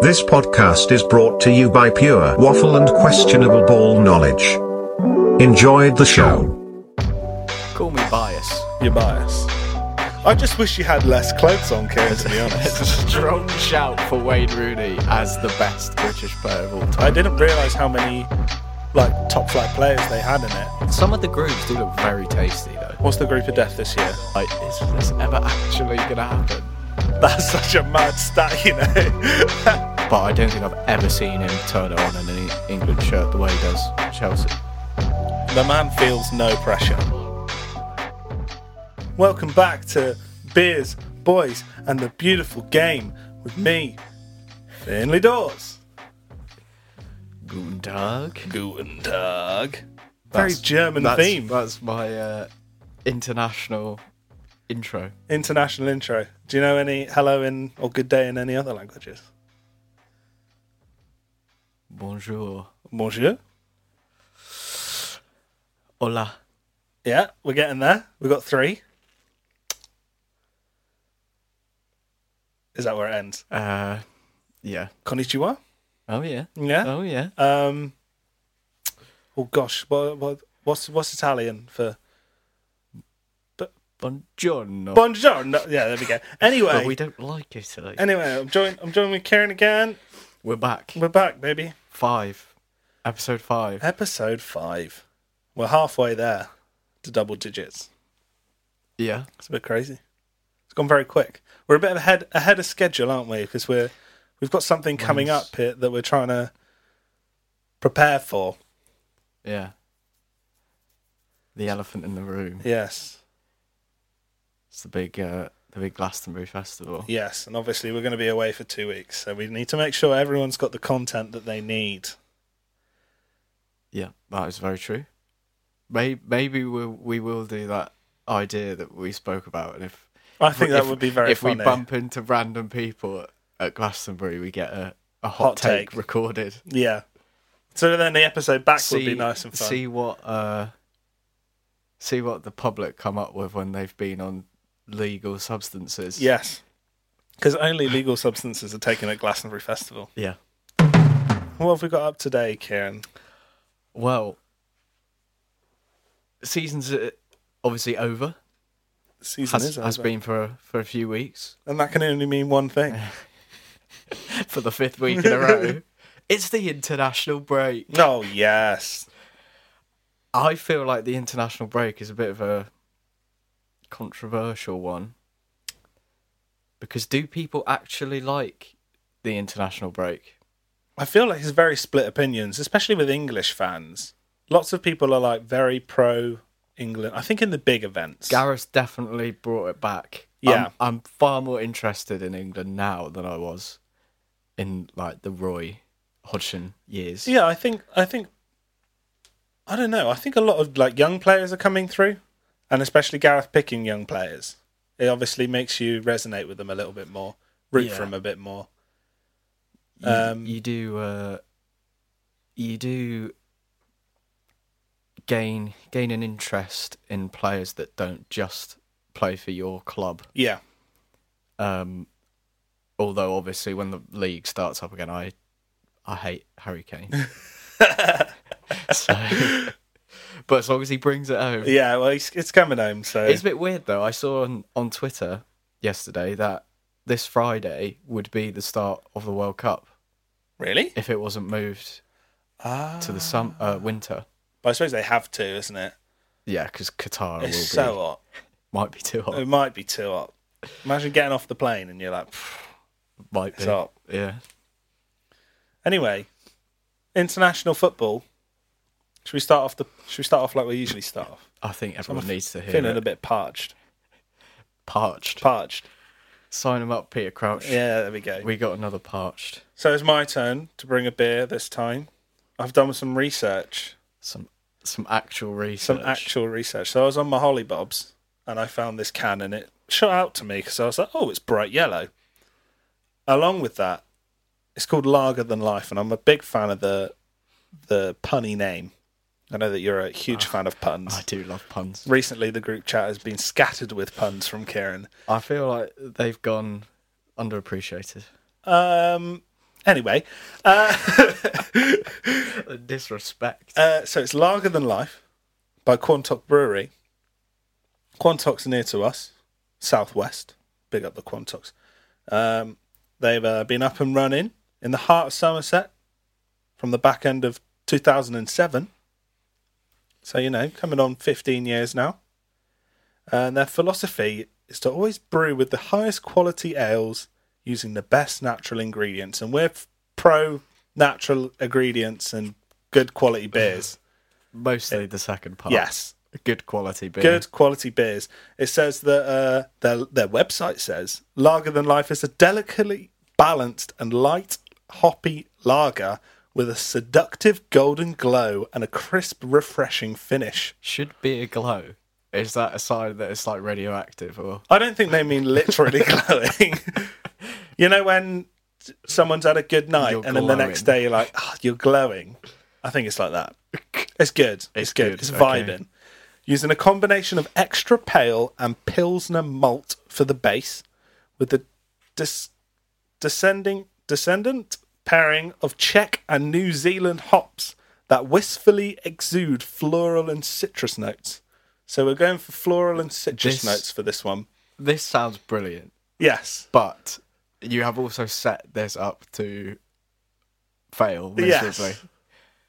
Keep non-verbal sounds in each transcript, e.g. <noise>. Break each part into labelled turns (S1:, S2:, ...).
S1: This podcast is brought to you by Pure Waffle and Questionable Ball Knowledge. Enjoyed the show.
S2: Call me bias.
S3: You're biased. I just wish you had less clothes on, Kieran, to be
S2: It's a
S3: honest.
S2: strong shout for Wayne Rooney as the best British player of all time.
S3: I didn't realise how many like top flight players they had in it.
S2: Some of the groups do look very tasty though.
S3: What's the group of death this year? <laughs>
S2: Like, is this ever actually gonna happen?
S3: That's such a mad stat, you know. <laughs>
S2: But I don't think I've ever seen him turn it on in an E- England shirt the way he does Chelsea.
S3: the man feels no pressure. Welcome back to Beers, Boys, and the Beautiful Game with me, Finley Dawes.
S2: Guten Tag.
S3: Guten Tag. Very
S2: That's-
S3: German
S2: that's,
S3: theme.
S2: That's my uh, international intro.
S3: International intro. Do you know any hello in or good day in any other languages?
S2: Bonjour.
S3: Bonjour.
S2: Hola.
S3: Yeah, we're getting there. We've got three. Is that where it ends?
S2: Uh, yeah.
S3: Konnichiwa?
S2: Oh yeah.
S3: Yeah.
S2: Oh yeah.
S3: Um. Oh gosh, what, what what's what's Italian for
S2: Buongiorno.
S3: buongiorno? Yeah, there we go. Anyway,
S2: But we don't like Italy.
S3: anyway, I'm joined. I'm joined with Kieran again.
S2: We're back.
S3: We're back, baby.
S2: Five. Episode five.
S3: Episode five. We're halfway there to double digits.
S2: Yeah.
S3: It's a bit crazy. It's gone very quick. We're a bit ahead ahead of schedule, aren't we? Because we're we've got something coming
S2: Nice.
S3: up here that we're trying to prepare for.
S2: Yeah. The elephant in the room.
S3: Yes,
S2: It's the big, uh, the big Glastonbury festival.
S3: yes, and obviously we're going to be away for two weeks, so we need to make sure everyone's got the content that they need.
S2: Yeah, that is very true. Maybe, maybe we'll, we will do that idea that we spoke about, and if
S3: I think that
S2: if-
S3: would be very
S2: If
S3: funny.
S2: we bump into random people at, at Glastonbury, we get a, a hot,
S3: Hot
S2: take,
S3: take.
S2: recorded.
S3: yeah. So then the episode back would be nice and fun.
S2: See what uh, see what the public come up with when they've been on legal substances.
S3: Yes, because only legal substances are taken at Glastonbury Festival.
S2: yeah.
S3: What have we got up today, Kieran?
S2: Well, season's uh, obviously over.
S3: Season
S2: Has,
S3: is
S2: has
S3: over.
S2: been for for a few weeks <laughs>
S3: and that can only mean one thing.
S2: for the fifth week in a
S3: <laughs>
S2: row. It's the international break.
S3: Oh yes,
S2: I feel like the international break is a bit of a controversial one because do people actually like the international break?
S3: I feel like it's very split opinions, especially with English fans. Lots of people are like very pro England. I think in the big events.
S2: Gareth definitely brought it back.
S3: Yeah.
S2: I'm, I'm far more interested in England now than I was in like the Roy Hodgson years.
S3: yeah, I think I think I don't know. I think a lot of like young players are coming through, and especially Gareth picking young players. It obviously makes you resonate with them a little bit more, root
S2: Yeah.
S3: for them a bit more.
S2: you,
S3: Um,
S2: you do uh, you do gain gain an interest in players that don't just play for your club.
S3: Yeah,
S2: Um, although obviously when the league starts up again, I I hate Harry
S3: <laughs>
S2: Kane. so, but as long as he brings it home,
S3: yeah. Well, it's, it's coming home, so
S2: it's a bit weird though. I saw on, on Twitter yesterday that this Friday would be the start of the World Cup
S3: really.
S2: if it wasn't moved
S3: Ah,
S2: to the sum uh, winter.
S3: but I suppose they have to, isn't it?
S2: Yeah, because Qatar will be,
S3: It's so um, hot.
S2: might be too hot.
S3: It might be too hot. Imagine getting off the plane and you're like, "Pff."
S2: might be.
S3: it's hot.
S2: Yeah.
S3: anyway, international football. Should we start off the? Should we start off like we usually start off?
S2: I think everyone needs to hear
S3: Feeling
S2: it.
S3: a bit parched.
S2: Parched.
S3: Parched.
S2: Sign him up, Peter Crouch.
S3: Yeah, there we go.
S2: We got another parched.
S3: So it's my turn to bring a beer this time. I've done some research,
S2: Some some actual research.
S3: some actual research. So I was on my Holly Bob's and I found this can and it shot out to me because I was like, oh, it's bright yellow. Along with that, it's called Lager Than Life, and I'm a big fan of the the punny name. I know that you're a huge fan of puns.
S2: Ah, I do love puns.
S3: Recently, the group chat has been scattered with puns from Kieran.
S2: I feel like they've gone underappreciated.
S3: Um, anyway, uh,
S2: The disrespect.
S3: uh, so it's Lager Than Life by Quantock Brewery. Quantock's near to us, southwest. Big up the Quantocks. Um, they've uh, been up and running in the heart of Somerset from the back end of 2007. So, you know, coming on 15 years now. And their philosophy is to always brew with the highest quality ales using the best natural ingredients. And we're f- pro natural ingredients and good quality beers.
S2: Mostly the second part.
S3: yes
S2: Good quality beer.
S3: good quality beers. It says that uh, their their website says Lager Than Life is a delicately balanced and light hoppy lager with a seductive golden glow and a crisp, refreshing finish.
S2: Should be a glow. Is that a sign that it's like radioactive or
S3: I don't think they mean literally
S2: <laughs>
S3: glowing. you know when someone's had a good night
S2: You're
S3: and then the next
S2: glowing.
S3: day you're like, "Ah, you're glowing. I think it's like that. It's good. It's,
S2: It's
S3: good.
S2: good,
S3: It's
S2: okay.
S3: vibing. Using a combination of extra pale and pilsner malt for the base, with the dis- descending descendant pairing of Czech and New Zealand hops that wistfully exude floral and citrus notes. So we're going for floral and citrus
S2: This-
S3: notes for this one.
S2: this sounds brilliant,
S3: Yes.
S2: but you have also set this up to fail
S3: Yes.
S2: miserably.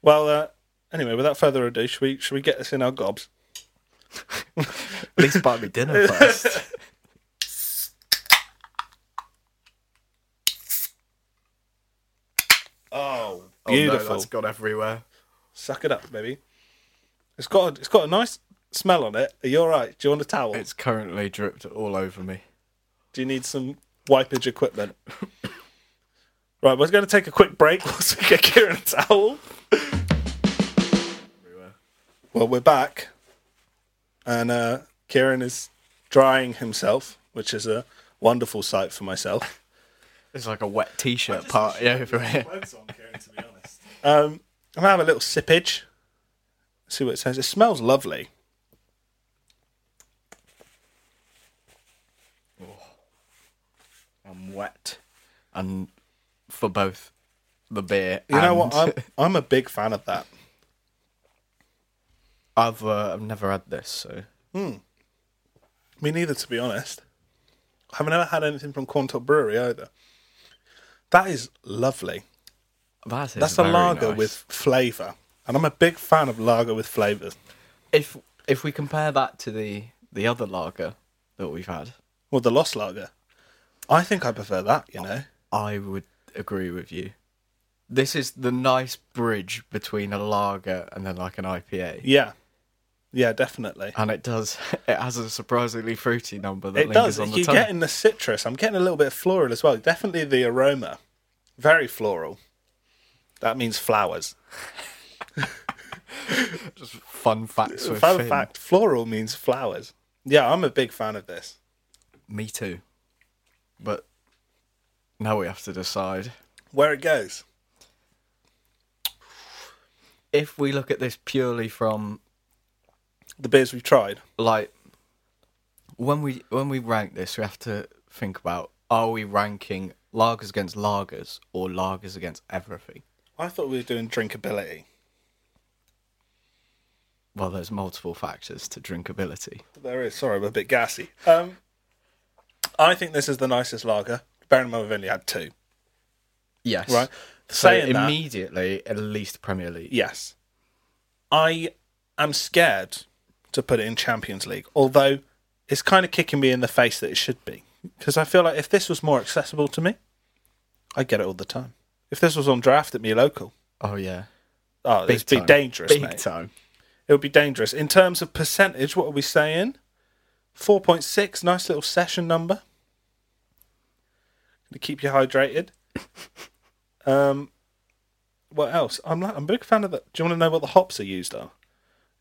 S3: Well, uh, anyway, without further ado, should we should we get this in our gobs?
S2: At least buy me <laughs> dinner first.
S3: Oh,
S2: Oh no,
S3: beautiful!
S2: that's gone everywhere.
S3: Suck it up, baby. It's got a, it's got a nice smell on it. Are you all right? Do you want a towel?
S2: It's currently dripped all over me.
S3: Do you need some wipage equipment? <coughs> right, we're going to take a quick break <laughs> whilst we get Kieran a towel. Well, we're back, and uh, Kieran is drying himself, which is a wonderful sight for myself.
S2: It's like a wet t-shirt party over here.
S3: Um, I'm gonna have a little sippage. See what it says. It smells lovely.
S2: I'm wet, and for both the beer.
S3: You know what? I'm
S2: and
S3: I'm a big fan of that.
S2: I've uh, I've never had this, so
S3: Me neither, to be honest. I haven't ever had anything from Quantop Brewery either. That is lovely.
S2: that is
S3: That's a
S2: very
S3: lager
S2: nice.
S3: with flavour, and I'm a big fan of lager with flavour.
S2: if if we compare that to the the other lager that we've had,
S3: Well, the Lost Lager. I think I prefer that. You know,
S2: I would agree with you. This is the nice bridge between a lager and then like an IPA,
S3: yeah, yeah, definitely.
S2: and it does <laughs> it has a surprisingly fruity number that
S3: It
S2: lingers
S3: does.
S2: on the
S3: You're
S2: tongue.
S3: getting the citrus. I'm getting a little bit of floral as well. Definitely the aroma. Very floral. That means flowers.
S2: Just fun facts. With
S3: Fun
S2: Finn.
S3: fact floral means flowers. Yeah, I'm a big fan of this.
S2: Me too. But now we have to decide.
S3: Where it goes.
S2: If we look at this purely from
S3: The beers we've tried.
S2: like when we when we rank this, we have to think about are we ranking lagers against lagers or lagers against everything?
S3: I thought we were doing drinkability.
S2: Well, there's multiple factors to drinkability.
S3: There is. Sorry, I'm a bit gassy. Um, I think this is the nicest lager. Bearing in mind, we've only had two.
S2: Yes.
S3: Right.
S2: So
S3: Saying that,
S2: immediately, at least Premier League.
S3: Yes. I am scared to put it in Champions League, although it's kind of kicking me in the face that it should be. Because I feel like if this was more accessible to me, I get it all the time. If this was on draft at me local,
S2: Oh yeah.
S3: oh,
S2: Big
S3: it'd be
S2: time.
S3: dangerous,
S2: Big
S3: mate.
S2: time.
S3: It would be dangerous. In terms of percentage, what are we saying? 4.6, nice little session number. To keep you hydrated. um, what else? I'm like, I'm a big fan of that. Do you want to know what the hops are used are?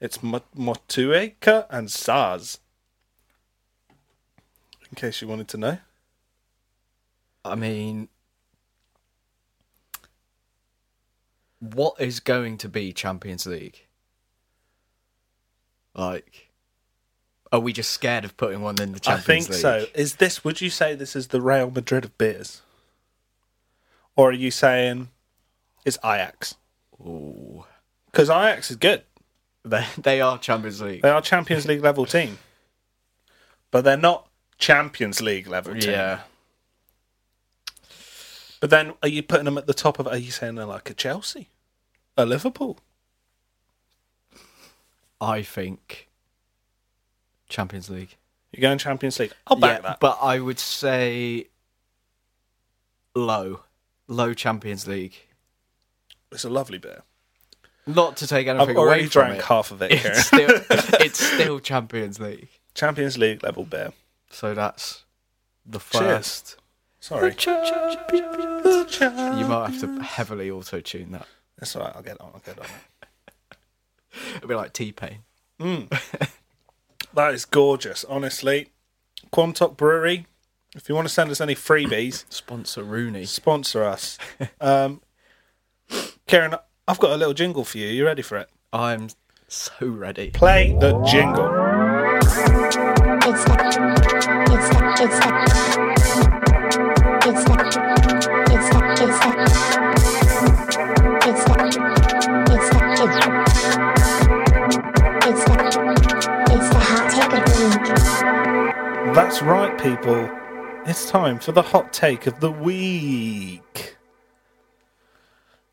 S3: It's Mo- Motueka and Saz. In case you wanted to know.
S2: I mean, what is going to be Champions League? Like, are we just scared of putting one in the
S3: I
S2: Champions
S3: think
S2: League? <laughs>
S3: so. Is this? Would you say this is the Real Madrid of beers? Or are you saying it's Ajax?
S2: Ooh.
S3: Because Ajax is good.
S2: They they are Champions League.
S3: They are Champions League level team, but they're not Champions League level team.
S2: Yeah.
S3: But then, are you putting them at the top of? Are you saying they're like a Chelsea, a Liverpool?
S2: I think Champions League.
S3: You're going Champions League. I'll back
S2: yeah,
S3: that.
S2: but I would say low, low Champions League.
S3: It's a lovely beer.
S2: Not to take anything
S3: I've already
S2: away from
S3: drank
S2: it.
S3: half of it. Kieran.
S2: It's still <laughs> it's still Champions League.
S3: Champions League level beer.
S2: So that's the
S3: Cheers.
S2: first.
S3: Sorry,
S2: You might have to heavily auto tune that.
S3: that's all right. I'll get on. I'll get on. it.
S2: It'll be like T Pain.
S3: That is gorgeous. Honestly, Quantock Brewery. If you want to send us any freebies, <coughs>
S2: Sponsor Rooney.
S3: sponsor us. Um, Karen, I've got a little jingle for you. You ready for it?
S2: I'm so ready.
S3: Play the jingle.
S4: It's the it's the it's the it's the it's the it's the it's the it's the it's the it's the hot take of the week.
S3: That's right, people. It's time for the hot take of the week.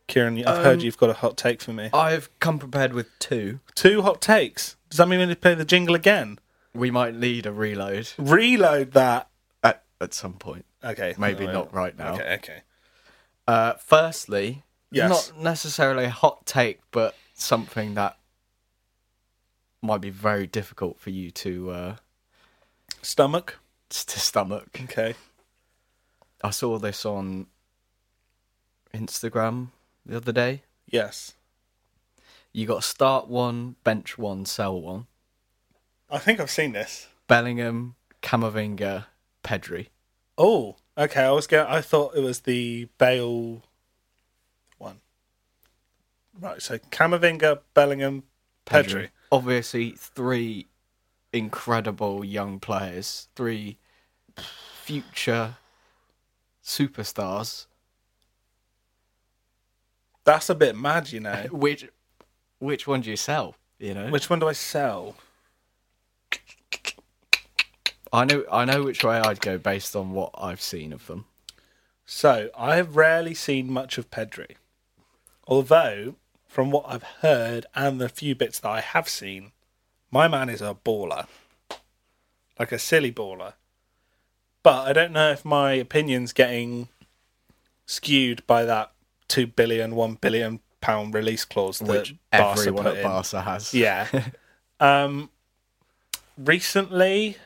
S3: Kieran, I've
S2: Um,
S3: heard you've got a hot take for me.
S2: I've come prepared with two.
S3: Two hot takes. Does that mean we need to play the jingle again?
S2: We might need a reload
S3: Reload that.
S2: at, at some point.
S3: Okay.
S2: Maybe
S3: no,
S2: not right now.
S3: Okay, okay.
S2: Uh, firstly,
S3: Yes.
S2: not necessarily a hot take, but something that might be very difficult for you to uh,
S3: Stomach.
S2: s- to stomach.
S3: Okay.
S2: I saw this on Instagram the other day.
S3: Yes.
S2: You got start one, bench one, sell one.
S3: I think I've seen this.
S2: Bellingham, Camavinga, Pedri.
S3: Oh, okay. I was going. I thought it was the Bale one. Right. So Camavinga, Bellingham, Pedri.
S2: Obviously, three incredible young players, three future superstars,
S3: That's a bit mad, you
S2: <laughs>
S3: know.
S2: which which one do you sell? You know,
S3: Which one do I sell?
S2: I know, I know which way I'd go based on what I've seen of them.
S3: So I have rarely seen much of Pedri, although from what I've heard and the few bits that I have seen, my man is a baller, like a silly baller. But I don't know if my opinion's getting skewed by that two billion, one billion pound release clause that
S2: Which
S3: Barca
S2: everyone
S3: put
S2: at
S3: in.
S2: Barca has.
S3: Yeah. <laughs> um, recently,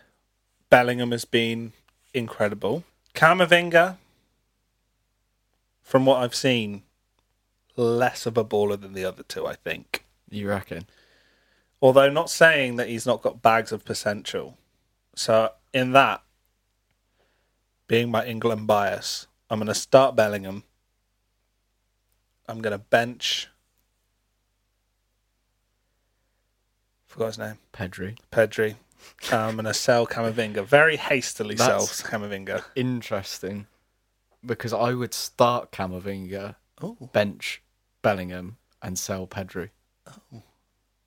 S3: Bellingham has been incredible. Kamavinga, from what I've seen, less of a baller than the other two, I think.
S2: you reckon?
S3: Although not saying that he's not got bags of potential. So in that, being my England bias, I'm going to start Bellingham. I'm going to bench. Forgot his name.
S2: Pedri.
S3: Pedri. um, I'm going to sell Camavinga. Very hastily
S2: That's-
S3: sell Camavinga.
S2: Interesting, because I would start Camavinga,
S3: Oh,
S2: bench Bellingham, and sell Pedri.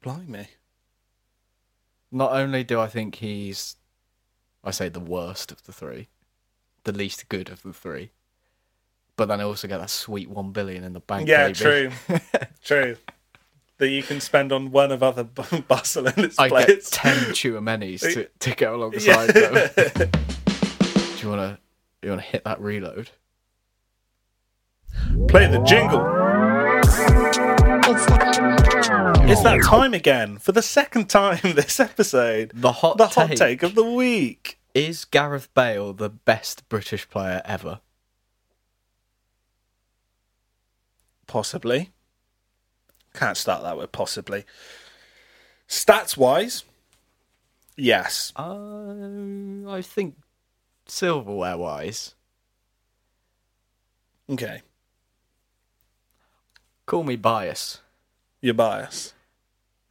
S3: blimey.
S2: Not only do I think he's, I say, the worst of the three, the least good of the three, but then I also get that sweet one billion in the bank.
S3: Yeah,
S2: baby.
S3: true. true. That you can spend on one of other <laughs> B- Barcelona's
S2: I get
S3: players.
S2: ten Chouamani's to to go alongside them.
S3: <laughs>
S2: Do you wanna you wanna hit that reload?
S3: Play the jingle.
S4: It's the
S3: It's that time again for the second time <laughs> this episode.
S2: The hot
S3: The
S2: take,
S3: hot take of the week.
S2: is Gareth Bale the best British player ever?
S3: Possibly. Can't start that with possibly. Stats wise, yes.
S2: Uh, I think silverware wise.
S3: Okay.
S2: Call me bias.
S3: Your bias.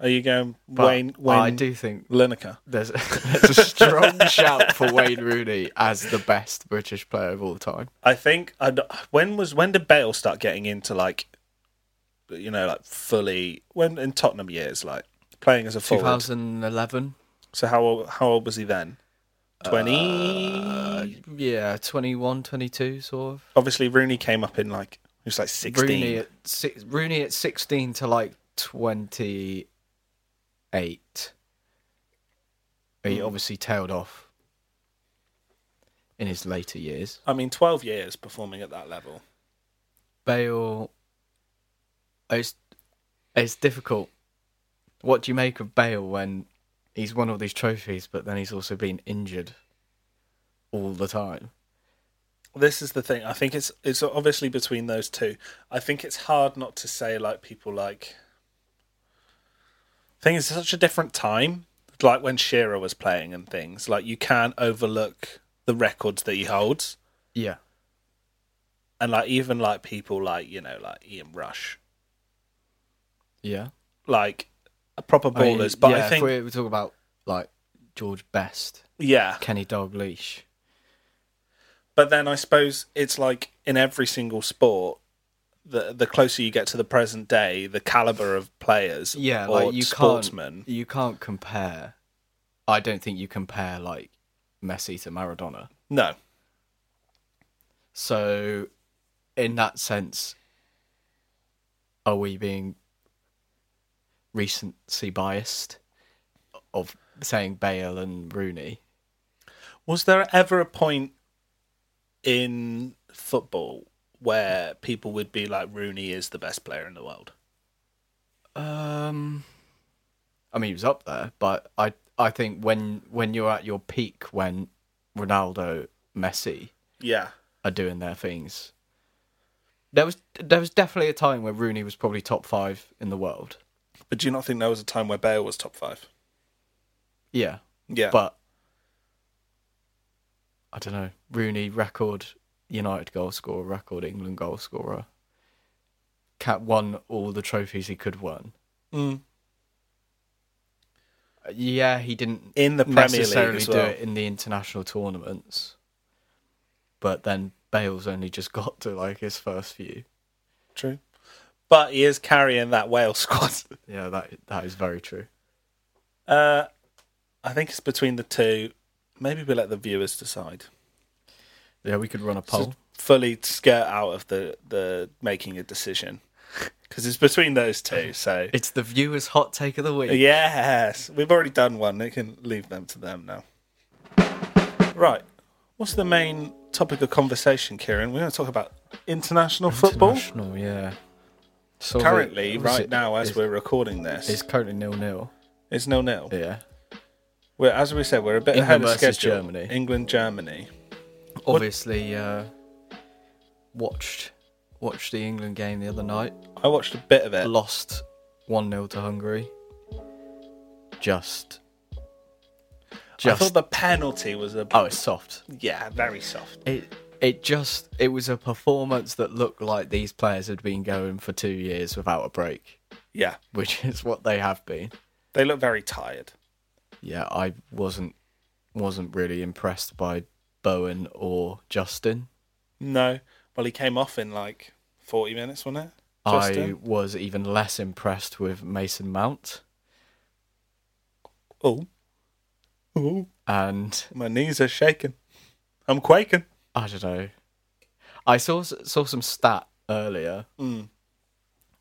S3: Are you going
S2: But
S3: Wayne Wayne
S2: I do think
S3: Lineker?
S2: there's <laughs> there's a strong shout for Wayne Rooney as the best British player of all time.
S3: I think i when was when did Bale start getting into like you know like fully when in Tottenham years like playing as a forward.
S2: 2011.
S3: So how old, how old was he then? 20
S2: Uh, Yeah, 21, 22 sort of.
S3: Obviously Rooney came up in like he was like 16.
S2: Rooney at six, Rooney at 16 to like 28.
S3: Hmm.
S2: He obviously tailed off in his later years.
S3: I mean 12 years performing at that level.
S2: Bale it's it's difficult. What do you make of Bale when he's won all these trophies but then he's also been injured all the time?
S3: This is the thing. I think it's it's obviously between those two. I think it's hard not to say like people like. I think it's such a different time, like when Shearer was playing and things. Like you can overlook the records that he holds,
S2: Yeah.
S3: and like even like people like you know like Ian Rush,
S2: Yeah. like
S3: like proper
S2: I mean,
S3: ballers. but
S2: yeah,
S3: I
S2: if
S3: think
S2: we we talk about like George Best,
S3: yeah,
S2: Kenny Dalglish.
S3: But then I suppose it's like in every single sport, the the closer you get to the present day, the caliber of players,
S2: Yeah,
S3: or
S2: like you
S3: sportsmen.
S2: can't you can't compare. I don't think you compare like Messi to Maradona.
S3: No,
S2: So, in that sense, are we being recency biased of saying Bale and Rooney?
S3: was there ever a point in football where people would be like, Rooney is the best player in the world?
S2: Um, I mean, he was up there, but I I think when when you're at your peak, when Ronaldo, Messi
S3: Yeah,
S2: are doing their things, there was there was definitely a time where Rooney was probably top five in the world.
S3: but do you not think there was a time where Bale was top five?
S2: Yeah,
S3: Yeah,
S2: But I don't know. Rooney record United goal scorer, record England goal scorer. Cat won all the trophies he could win.
S3: Mm.
S2: Uh, Yeah, he didn't
S3: in the Premier League
S2: necessarily
S3: as
S2: do
S3: well.
S2: it in the international tournaments. But then Bale's only just <laughs> got to like his first few.
S3: True, but he is carrying that Wales <laughs> squad.
S2: Yeah, that that is very true.
S3: Uh, I think it's between the two. Maybe we let the viewers decide.
S2: Yeah, we could run a poll.
S3: Just fully skirt out of the the making a decision because it's between those two. So
S2: It's the viewers' hot take of the week.
S3: yes, we've already done one. We can leave them to them now. Right, what's the main topic of conversation, Kieran? We're going to talk about international football.
S2: International, yeah. Sort of-
S3: Currently,
S2: is
S3: right
S2: it-
S3: now, as
S2: is-
S3: we're recording this,
S2: It's currently nil nil.
S3: it's nil nil.
S2: Yeah.
S3: We're as we said, we're a bit
S2: England
S3: ahead of
S2: versus
S3: schedule.
S2: Germany.
S3: England, Germany.
S2: Obviously, uh, watched watched the England game the other night.
S3: I watched a bit of it.
S2: Lost one 0 to Hungary. Just,
S3: I
S2: just
S3: thought the penalty was a
S2: oh, it's soft.
S3: yeah, very soft.
S2: It it just it was a performance that looked like these players had been going for two years without a break,
S3: Yeah,
S2: which <laughs> is what they have been.
S3: they look very tired.
S2: Yeah, I wasn't wasn't really impressed by Bowen or Justin.
S3: No. Well, he came off in like 40 minutes, wasn't it?
S2: I
S3: Justin?
S2: was even less impressed with Mason Mount.
S3: Oh. Oh.
S2: and
S3: My knees are shaking. I'm quaking.
S2: I don't know. I saw s- saw some stat earlier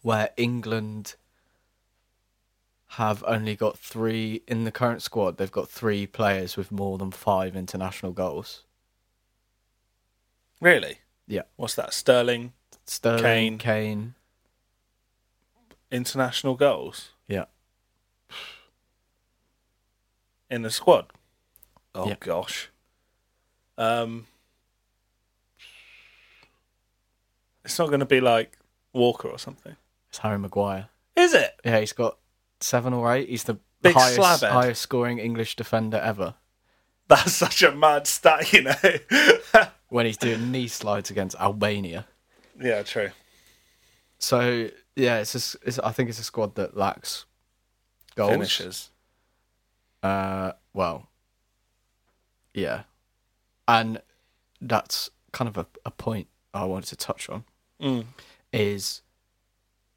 S2: where England have only got three in the current squad. They've got three players with more than five international goals.
S3: Really?
S2: Yeah,
S3: What's that? Sterling
S2: Sterling,
S3: Kane.
S2: Kane,
S3: international goals
S2: Yeah,
S3: in the squad. Oh
S2: Yeah.
S3: gosh. Um It's not going to be like Walker or something.
S2: it's Harry Maguire.
S3: Is it?
S2: Yeah, he's got seven or eight. He's the
S3: Big
S2: highest,
S3: slabhead.
S2: highest scoring English defender ever
S3: That's such a mad stat, you know. <laughs>
S2: when he's doing knee slides against Albania.
S3: yeah, true.
S2: So yeah, it's, just, it's I think it's a squad that lacks Goals.
S3: finishes.
S2: Uh, well, yeah, and that's kind of a, a point I wanted to touch on
S3: Mm.
S2: is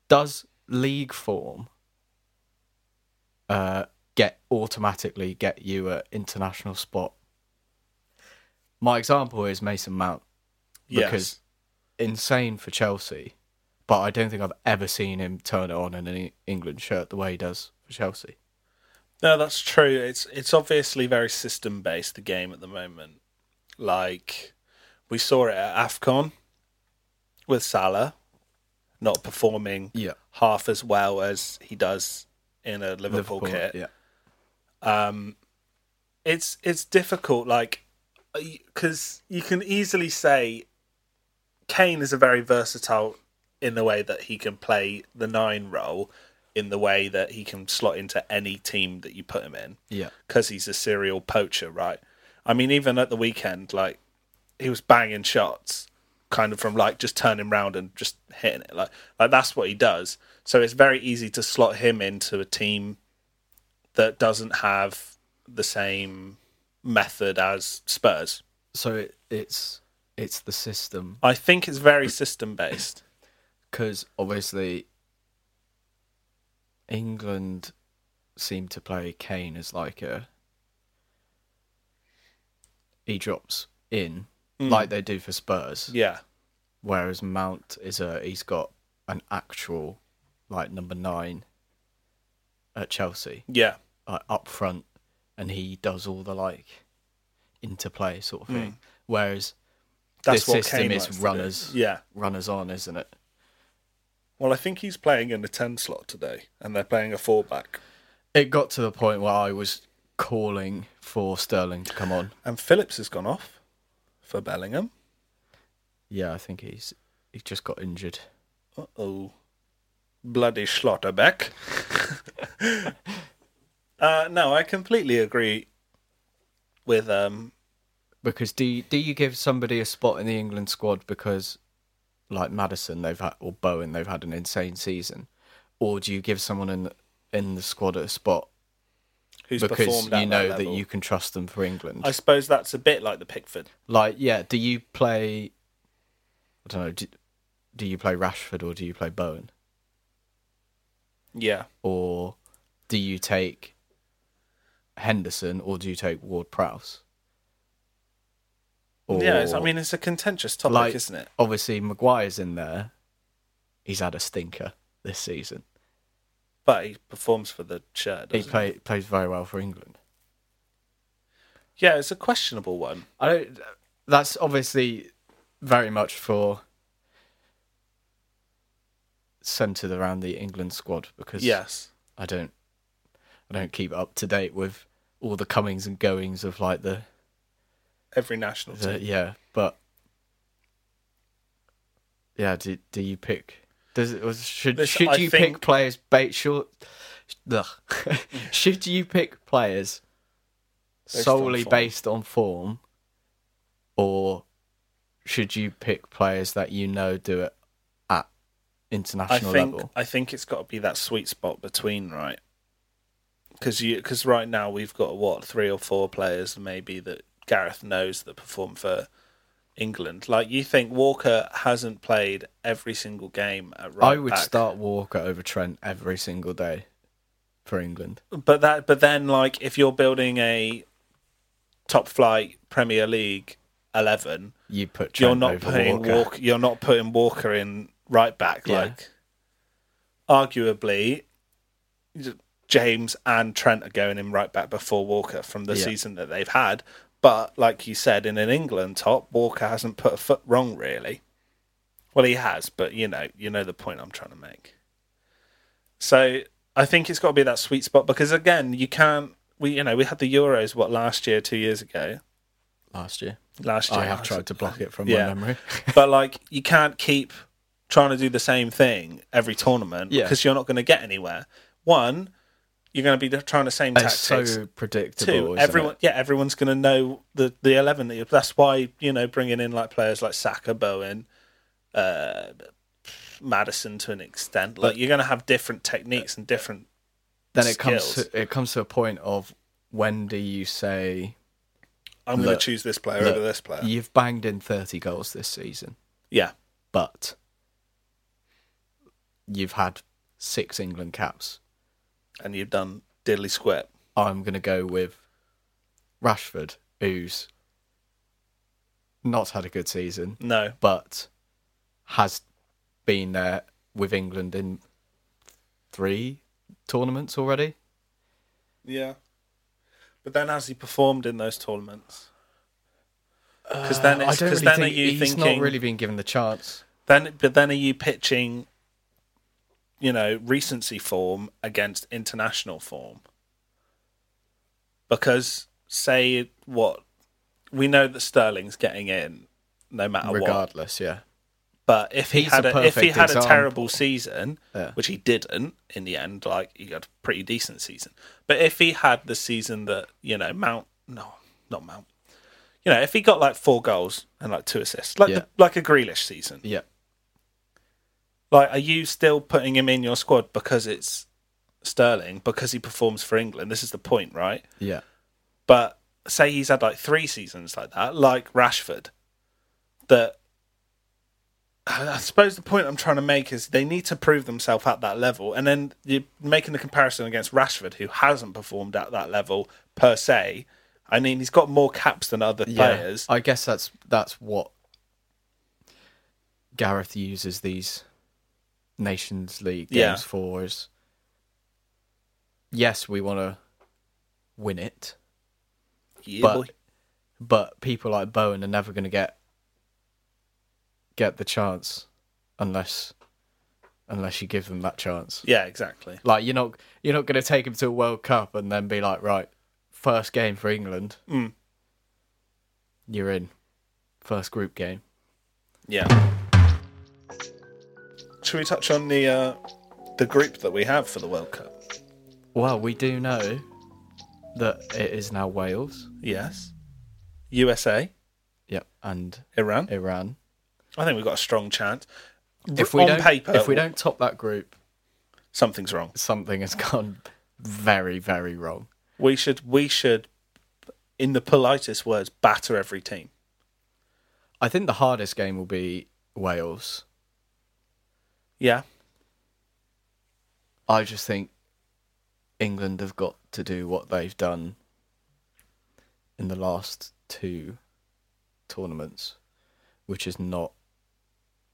S2: does league form uh, get automatically get you an international spot? My example is Mason Mount
S3: Yes.
S2: because insane for Chelsea, but I don't think I've ever seen him turn it on in an E- England shirt the way he does for Chelsea.
S3: No, that's true. It's it's obviously very system based the game at the moment. Like we saw it at AFCON with Salah not performing
S2: Yeah,
S3: half as well as he does in a Liverpool, kit.
S2: Yeah,
S3: Um it's it's difficult like cuz you can easily say Kane is a very versatile in the way that he can play the 9 role in the way that he can slot into any team that you put him in
S2: yeah,
S3: because he's a serial poacher, right? I mean, even at the weekend, like he was banging shots, kind of from like just turning round and just hitting it, like like that's what he does. So it's very easy to slot him into a team that doesn't have the same method as Spurs.
S2: So it, it's it's the system
S3: I think it's very system based.
S2: because obviously England seem to play Kane as like a he drops in like they do for Spurs,
S3: Yeah,
S2: whereas Mount is a he's got an actual like number nine at Chelsea
S3: yeah,
S2: like, up front, and he does all the like interplay sort of thing, whereas
S3: that's
S2: This
S3: what
S2: system
S3: Kane
S2: is
S3: likes to do.
S2: runners.
S3: Yeah.
S2: runners on, isn't it?
S3: Well, I think he's playing in the ten slot today, and they're playing a four back.
S2: it got to the point where I was calling for Sterling to come on.
S3: And Phillips has gone off for Bellingham.
S2: Yeah, I think he's he just got injured.
S3: Uh oh. Bloody Schlotterbeck.
S2: <laughs>
S3: uh, no, I completely agree with. um
S2: Because do you, do you give somebody a spot in the England squad because like Madison they've had or Bowen they've had an insane season, or do you give someone in in the squad a spot
S3: Who's
S2: because
S3: performed at
S2: you know that,
S3: level.
S2: you can trust them for England?
S3: I suppose that's a bit like the Pickford.
S2: Like yeah, do you play? I don't know. Do, do you play Rashford or do you play Bowen?
S3: Yeah.
S2: or do you take Henderson or do you take Ward Prowse?
S3: yeah, it's, I mean, it's a contentious topic, isn't it?
S2: Obviously, Maguire's in there. He's had a stinker this season.
S3: But he performs for the shirt.
S2: He
S3: doesn't
S2: play, plays very well for England.
S3: he? Yeah, it's a questionable one.
S2: I don't. That's obviously very much for centered around the England squad because
S3: Yes.
S2: I don't I don't keep up to date with all the comings and goings of like the
S3: Every national
S2: The-
S3: team.
S2: yeah, but yeah, do do you pick? Does it or should
S3: This-
S2: should
S3: I
S2: you
S3: think-
S2: pick players bait short? Ugh. <laughs> should you pick players
S3: on
S2: solely
S3: form.
S2: based on form, or should you pick players that you know do it at
S3: I
S2: international
S3: think
S2: level?
S3: I think it's got to be that sweet spot between right, because you because right now we've got what three or four players maybe that Gareth knows that perform for England. Like you think Walker hasn't played every single game at right
S2: I would
S3: back,
S2: start Walker over Trent every single day for England.
S3: but that but then like if you're building a top flight Premier League eleven,
S2: You put Trent
S3: you're not
S2: over
S3: putting Walker.
S2: Walker.
S3: You're not putting Walker in right back.
S2: Yeah.
S3: Like, arguably, James and Trent are going in right back before Walker from the
S2: Yeah.
S3: season that they've had. But like you said, in an England top, Walker hasn't put a foot wrong really. Well, he has, but you know, you know the point I'm trying to make. So I think it's got to be that sweet spot because again, you can't. We you know we had the Euros what last year, two years ago,
S2: last year.
S3: last year.
S2: I have tried to block it from
S3: Yeah.
S2: my memory.
S3: <laughs> but like you can't keep trying to do the same thing every tournament
S2: Yeah.
S3: because you're not going to get anywhere. One, you're going to be trying the same
S2: It's
S3: tactics.
S2: so predictable.
S3: Two,
S2: isn't
S3: everyone,
S2: it?
S3: yeah, everyone's going to know the the eleven that you. That's why you know bringing in like players like Saka, Bowen, uh, Madison to an extent. Like you're going to have different techniques and different
S2: then it comes
S3: skills.
S2: to, it comes to a point of when do you say
S3: I'm going to
S2: Look,
S3: choose this player
S2: look,
S3: over this player.
S2: you've banged in 30 goals this season,
S3: yeah.
S2: but you've had six England caps.
S3: And you've done diddly squat.
S2: I'm going to go with Rashford, who's not had a good season,
S3: No.
S2: but has been there with England in three tournaments already.
S3: Yeah. But then has he performed in those tournaments? Because then,
S2: Uh, I
S3: it's,
S2: don't
S3: 'cause
S2: really
S3: then
S2: think
S3: are you
S2: he's
S3: thinking?
S2: not really been given the chance.
S3: Then, but then are you pitching, you know, recency form against international form? Because say what we know that Sterling's getting in, no matter what.
S2: Regardless, yeah.
S3: But if he
S2: He's
S3: had
S2: a
S3: a, if he
S2: perfect
S3: had a
S2: example.
S3: terrible season,
S2: Yeah.
S3: which he didn't in the end, like he had a pretty decent season. But if he had the season that you know Mount, no, not Mount, you know, if he got like four goals and like two assists, like
S2: Yeah.
S3: the, like a Grealish season,
S2: Yeah.
S3: like are you still putting him in your squad because it's Sterling because he performs for England? This is the point, right?
S2: Yeah.
S3: But say he's had like three seasons like that, like Rashford, that I I suppose the point I'm trying to make is they need to prove themselves at that level. And then you're making the comparison against Rashford, who hasn't performed at that level per se. I mean, he's got more caps than other players.
S2: I guess that's that's what Gareth uses these Nations League games
S3: Yeah.
S2: for. Is yes, we want to win it,
S3: Yeah,
S2: but
S3: boy.
S2: but people like Bowen are never going to get get the chance unless unless you give them that chance.
S3: yeah, exactly.
S2: Like you're not you're not going to take him to a World Cup and then be like, right, first game for England,
S3: Mm.
S2: you're in, first group game.
S3: Yeah. Should we touch on the uh, the group that we have for the World Cup?
S2: Well, we do know that it is now Wales,
S3: Yes. USA,
S2: yep, and
S3: Iran.
S2: Iran.
S3: I think we've got a strong chance.
S2: If we
S3: on
S2: don't,
S3: paper,
S2: if we don't top that group,
S3: something's wrong.
S2: something has <laughs> gone very, very wrong.
S3: We should, we should, in the politest words, batter every team.
S2: I think the hardest game will be Wales.
S3: Yeah,
S2: I just think England have got to do what they've done in the last two tournaments, which is not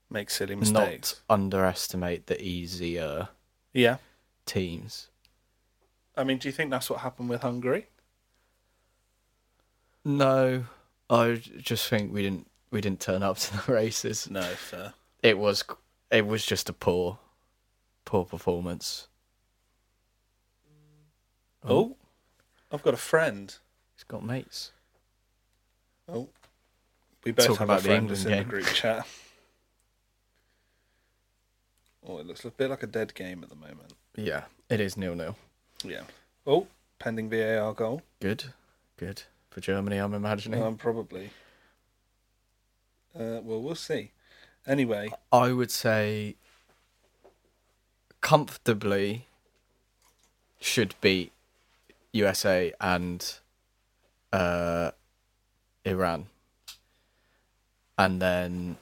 S3: make silly mistakes.
S2: not underestimate the easier
S3: Yeah,
S2: teams.
S3: I mean, do you think that's what happened with Hungary?
S2: No, I just think we didn't we didn't turn up <laughs> to the races.
S3: No, fair.
S2: It was it was just a poor poor performance.
S3: Oh, I've got a friend.
S2: He's got mates.
S3: Oh, we both
S2: Talking
S3: have
S2: about
S3: our
S2: the England
S3: friends in the
S2: game.
S3: group chat. Oh, it looks a bit like a dead game at the moment.
S2: Yeah, it is nil nil.
S3: Yeah. Oh, pending VAR goal.
S2: Good, good for Germany. I'm imagining.
S3: Um, probably. Uh, well, we'll see. Anyway,
S2: I would say comfortably should beat USA and uh, Iran, and then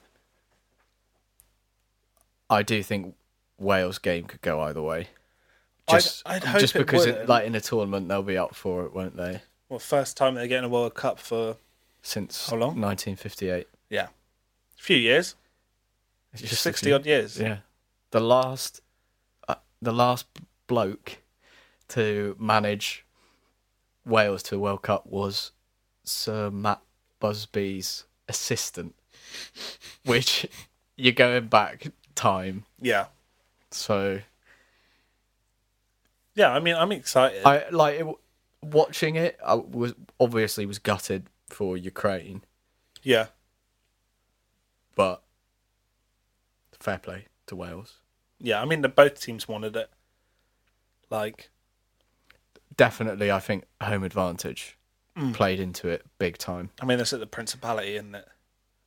S2: I do think Wales game could go either way.
S3: I'd-
S2: Just,
S3: I'd hope
S2: just
S3: it
S2: because,
S3: wouldn't.
S2: like in a tournament, they'll be up for it, won't they?
S3: well, first time they're getting a World Cup for
S2: Since
S3: How long?
S2: 1958,
S3: yeah, a few years,
S2: It's
S3: just
S2: a
S3: sixty
S2: few-
S3: odd years.
S2: Yeah, the last, uh, the last bloke to manage Wales to a World Cup was Sir Matt Busby's assistant, which <laughs> you're going back time.
S3: Yeah,
S2: So
S3: yeah. I mean, I'm excited.
S2: I like it, watching it. I was obviously was gutted for Ukraine,
S3: yeah,
S2: but fair play to Wales.
S3: yeah. I mean, the both teams wanted it. Like,
S2: Definitely, I think home advantage played into it big time.
S3: I mean, that's at the Principality, isn't it?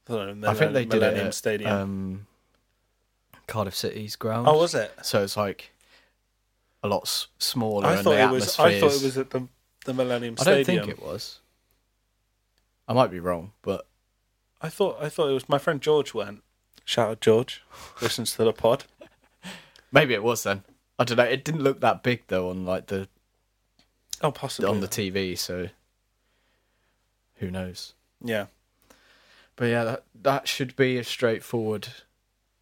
S3: The
S2: I think they did it
S3: Millennium
S2: at
S3: Stadium.
S2: Um, Cardiff City's ground.
S3: oh, was it?
S2: so it's like a a lot s- smaller.
S3: I
S2: and
S3: thought
S2: the
S3: it was. I thought it was at the the Millennium
S2: I don't
S3: Stadium.
S2: think it was. I might be wrong, but
S3: I thought. I thought it was. My friend George went. Shout
S2: <laughs>
S3: out George. Listens to the pod.
S2: maybe it was then. I don't know. It didn't look that big though on like the
S3: Oh, possibly
S2: on the TV, so who knows?
S3: yeah.
S2: But yeah, that that should be a straightforward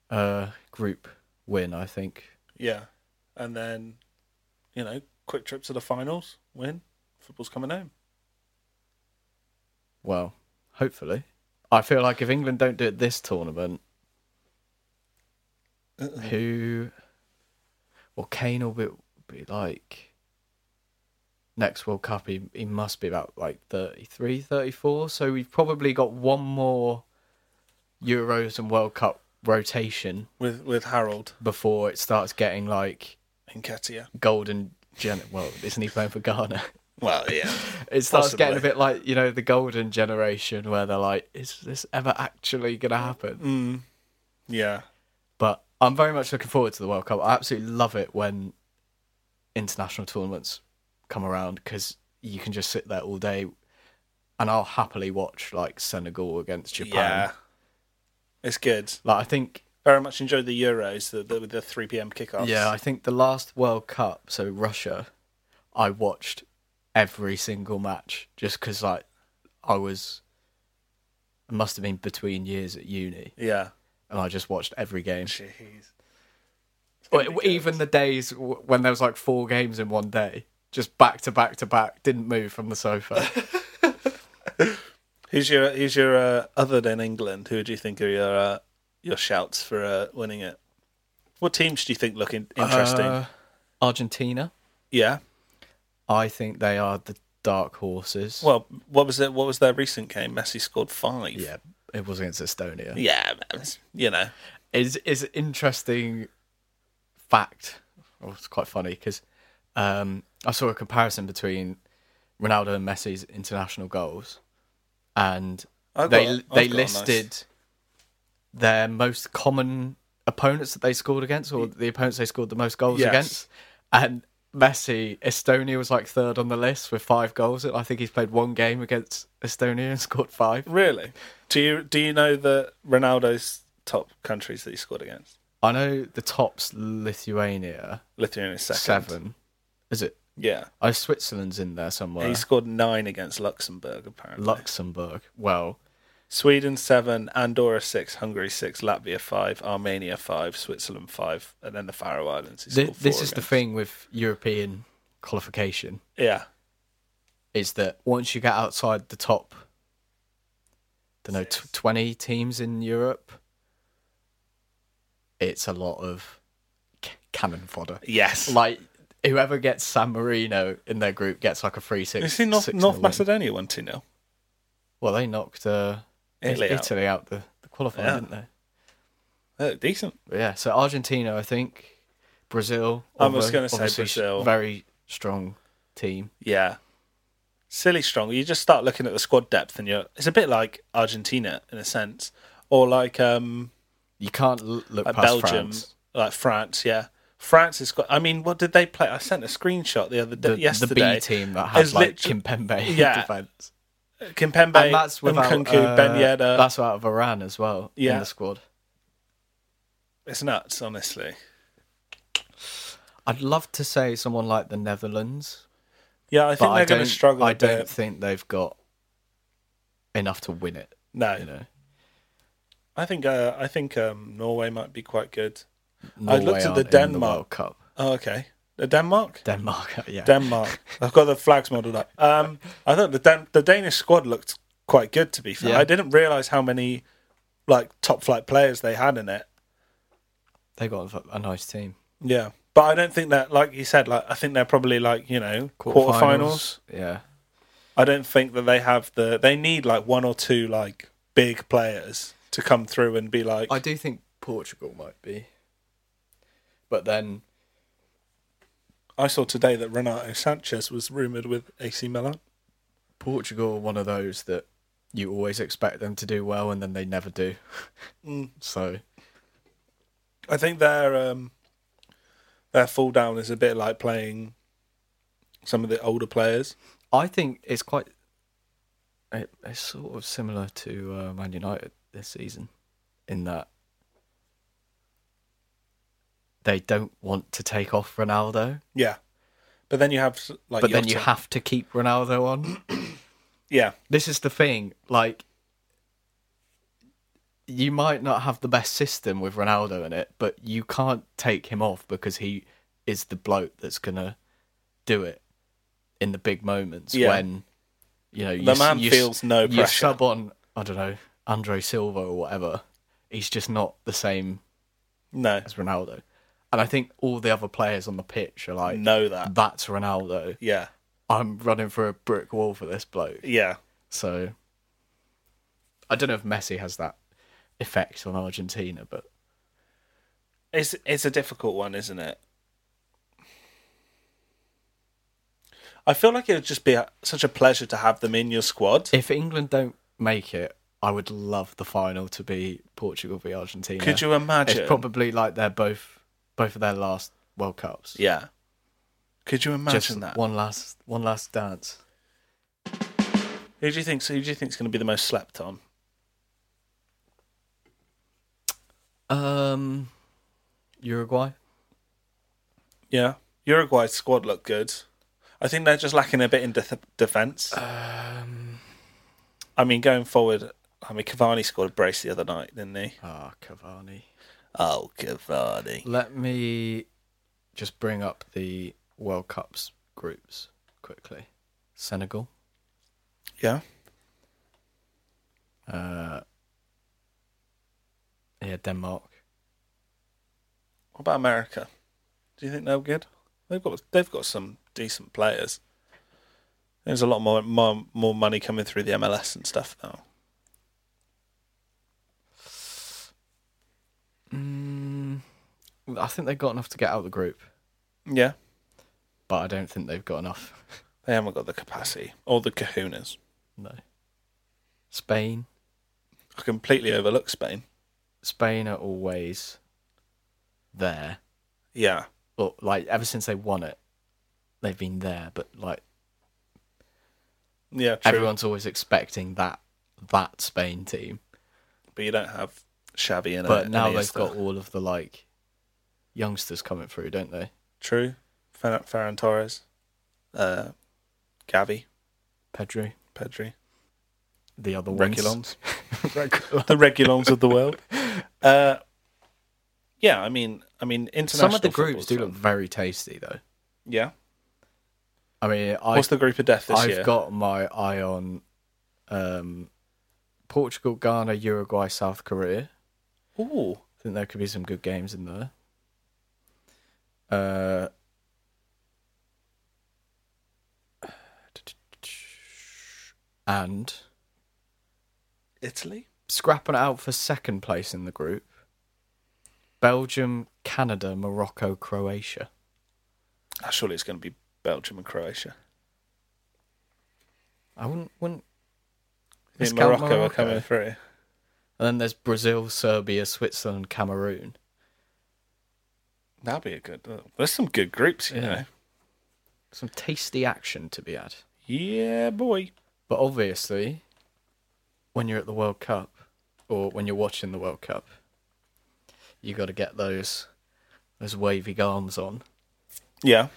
S2: uh, group win, I think.
S3: Yeah. And then, you know, quick trip to the finals, win, football's coming home.
S2: Well, hopefully. I feel like if England don't do it this tournament, who? Well, Kane will be, be like next World Cup. He he must be about like 33, 34. So we've probably got one more Euros and World Cup rotation
S3: With with Harold
S2: before it starts getting like
S3: and Katia.
S2: golden. Gen- well, isn't he playing for Ghana?
S3: Well, yeah.
S2: It starts
S3: Possibly.
S2: getting a bit like you know the golden generation where they're like, is this ever actually
S3: Mm.
S2: gonna happen?
S3: <laughs> yeah.
S2: But I'm very much looking forward to the World Cup. I absolutely love it when international tournaments come around because you can just sit there all day, and I'll happily watch like Senegal against Japan.
S3: Yeah. It's good.
S2: Like I think,
S3: Very much enjoyed the Euros, the the, the three PM kickoffs.
S2: yeah, I think the last World Cup, so Russia, I watched every single match just because like I was, it must have been between years at uni.
S3: Yeah.
S2: and I just watched every game.
S3: Jeez.
S2: Well, even the days w- when there was like four games in one day, just back to back to back, didn't move from the sofa. <laughs>
S3: Who's your who's your uh, other than England? Who do you think are your uh, your shouts for uh, winning it? What teams do you think look in- interesting?
S2: Uh, Argentina,
S3: yeah.
S2: I think they are the dark horses.
S3: Well, what was it? What was their recent game? Messi scored five.
S2: yeah, it was against Estonia.
S3: Yeah, man, it's- you know.
S2: is is an interesting fact. Oh, it's quite funny because um, I saw a comparison between Ronaldo and Messi's international goals, and
S3: I've
S2: they
S3: got- I've
S2: they
S3: got a nice-
S2: listed their most common opponents that they scored against, or the opponents they scored the most goals
S3: Yes.
S2: against, and. Messi, Estonia was like third on the list with five goals. I think he's played one game against Estonia and scored five.
S3: Really? Do you do you know the Ronaldo's top countries that he scored against?
S2: I know the top's Lithuania,
S3: Lithuania is second.
S2: seven. Is it?
S3: Yeah.
S2: Oh, Switzerland's in there somewhere.
S3: He scored nine against Luxembourg apparently.
S2: Luxembourg. Well,
S3: Sweden seven, Andorra six, Hungary six, Latvia five, Armenia five, Switzerland five, and then the Faroe Islands. He
S2: thi-
S3: scored
S2: this
S3: four
S2: is the
S3: against.
S2: thing with European qualification
S3: Yeah.
S2: is that once you get outside the top, I don't know, t- 20 teams in Europe, it's a lot of c- cannon fodder.
S3: Yes.
S2: Like, whoever gets San Marino in their group gets like a free six.
S3: you see North,
S2: six
S3: North
S2: nil win.
S3: Macedonia one two 0
S2: Well, they knocked uh,
S3: Italy
S2: Italy,
S3: out.
S2: out. the, the qualifier,
S3: Yeah.
S2: didn't they?
S3: Oh, decent.
S2: But yeah, so Argentina, I think. Brazil.
S3: I was
S2: obvi-
S3: gonna say
S2: obviously s-
S3: Brazil.
S2: Very strong team.
S3: Yeah. Silly strong. You just start looking at the squad depth and you're it's a bit like Argentina in a sense. Or like um
S2: You can't l- look
S3: like
S2: past
S3: Uh, Belgium,
S2: France.
S3: like France. Yeah, France has got. I mean, what did they play? I sent a screenshot the other day,
S2: The, the
S3: yesterday.
S2: B team that has
S3: It's
S2: like
S3: literally-
S2: Kimpembe
S3: Yeah.
S2: in defence.
S3: Kimpembe,
S2: And that's without
S3: Nkunku,
S2: uh,
S3: Ben Yedder.
S2: That's without Varane as well
S3: Yeah.
S2: in the squad.
S3: It's nuts, honestly.
S2: I'd love to say someone like the Netherlands,
S3: Yeah, I
S2: but
S3: think
S2: I
S3: they're going
S2: don't.
S3: to struggle.
S2: I
S3: a bit.
S2: don't think they've got enough to win it.
S3: No,
S2: You know,
S3: I think uh, I think um, Norway might be quite good.
S2: Norway
S3: looked at the
S2: aren't in
S3: Denmark-
S2: World Cup.
S3: Oh, okay. The Denmark.
S2: Denmark, <laughs> yeah.
S3: Denmark. I've got the flags modelled up. Um, I thought the Dan- the Danish squad looked quite good. To be fair,
S2: Yeah.
S3: I didn't realise how many like top flight players they had in it.
S2: they got a, a nice team.
S3: Yeah, but I don't think that, like you said, like I think they're probably like you know quarterfinals.
S2: Yeah.
S3: I don't think that they have the. They need like one or two like big players to come through and be like,
S2: I do think Portugal might be. But then
S3: I saw today that Renato Sanchez was rumored with AC Milan.
S2: Portugal are one of those that you always expect them to do well and then they never do. <laughs> So
S3: I think they're um, their fall down is a bit like playing some of the older players.
S2: I think it's quite. It, it's sort of similar to uh, Man United this season, in that they don't want to take off Ronaldo,
S3: Yeah, but then you have s- like,
S2: but then you
S3: Yota.
S2: have to keep Ronaldo on.
S3: yeah,
S2: this is the thing, like. You might not have the best system with Ronaldo in it, but you can't take him off because he is the bloke that's gonna do it in the big moments
S3: Yeah.
S2: when you know you,
S3: The
S2: s-
S3: man
S2: you s-
S3: feels no
S2: You
S3: pressure.
S2: sub on, I don't know, Andre Silva or whatever. He's just not the same
S3: no,
S2: as Ronaldo, and I think all the other players on the pitch are like,
S3: know that.
S2: "That's Ronaldo.
S3: Yeah,
S2: I'm running for a brick wall for this bloke."
S3: yeah,
S2: So I don't know if Messi has that effect on Argentina, but
S3: it's it's a difficult one, isn't it? I feel like it would just be a, such a pleasure to have them in your squad.
S2: if England don't make it, I would love the final to be Portugal v Argentina.
S3: Could you imagine?
S2: It's probably like they're both both of their last World Cups.
S3: yeah. Could you imagine
S2: Just
S3: that?
S2: one last one last dance.
S3: Who do you think? Who do you think is going to be the most slept on?
S2: Um, Uruguay.
S3: Yeah, Uruguay's squad looked good. I think they're just lacking a bit in def- defense. I mean, going forward, I mean Cavani scored a brace the other night, didn't he?
S2: Ah, Cavani.
S3: Oh, Cavani.
S2: Let me just bring up the World Cups groups quickly. Senegal.
S3: Yeah,
S2: Uh, yeah, Denmark.
S3: What about America? Do you think they're good? They've got they've got some decent players. There's a lot more more, more money coming through the MLS and stuff now.
S2: Mm, I think they've got enough to get out of the group,
S3: Yeah,
S2: but I don't think they've got enough. <laughs>
S3: they haven't got the capacity or the kahunas.
S2: no. Spain.
S3: I completely overlook Spain.
S2: Spain are always there.
S3: Yeah,
S2: Well, like ever since they won it, they've been there, but like
S3: yeah, true.
S2: everyone's always expecting that that Spain team.
S3: But you don't have Xavi and
S2: but
S3: and
S2: now they've
S3: Iniesta.
S2: got all of the like youngsters coming through, don't they?
S3: True. Fer- Ferran Torres, uh, Gavi,
S2: Pedri,
S3: Pedri,
S2: the other ones. <laughs>
S3: Regulons, the Regulons of the world. Uh, yeah, I mean, I mean, international.
S2: Some of the groups
S3: football's
S2: do
S3: fun.
S2: look very tasty, though.
S3: Yeah.
S2: I mean, I,
S3: What's the group of death this
S2: I've
S3: year?
S2: got my eye on um, Portugal, Ghana, Uruguay, South Korea.
S3: Ooh,
S2: I think there could be some good games in there. Uh, and
S3: Italy.
S2: scrapping it out for second place in the group Belgium, Canada, Morocco, Croatia.
S3: Ah, surely it's going to be Belgium and Croatia.
S2: I wouldn't, wouldn't
S3: I think
S2: Let's count
S3: Morocco, are coming through.
S2: And then there's Brazil, Serbia, Switzerland, Cameroon.
S3: That'd be a good. There's some good groups, you
S2: Yeah.
S3: know.
S2: Some tasty action to be had.
S3: Yeah, boy.
S2: But obviously, when you're at the World Cup or when you're watching the World Cup, you got to get those those wavy arms on.
S3: Yeah.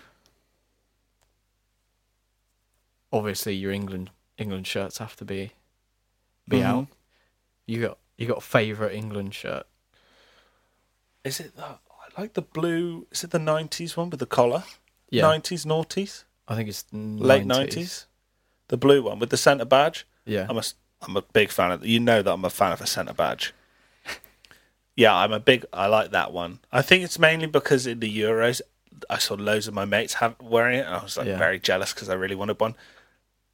S2: Obviously, your England England shirts have to be be
S3: Mhm.
S2: out. You got you got a favourite England shirt.
S3: Is it the? I like the blue. Is it the '90s one with the collar?
S2: Yeah,
S3: '90s noughties.
S2: I think it's
S3: late
S2: 90s.
S3: 90s the blue one with the centre badge
S2: Yeah,
S3: i'm a s- i'm a big fan of you know that i'm a fan of a centre badge <laughs> yeah i'm a big i like that one i think it's mainly because in the euros i saw loads of my mates have wearing it and i was like
S2: Yeah.
S3: very jealous because i really wanted one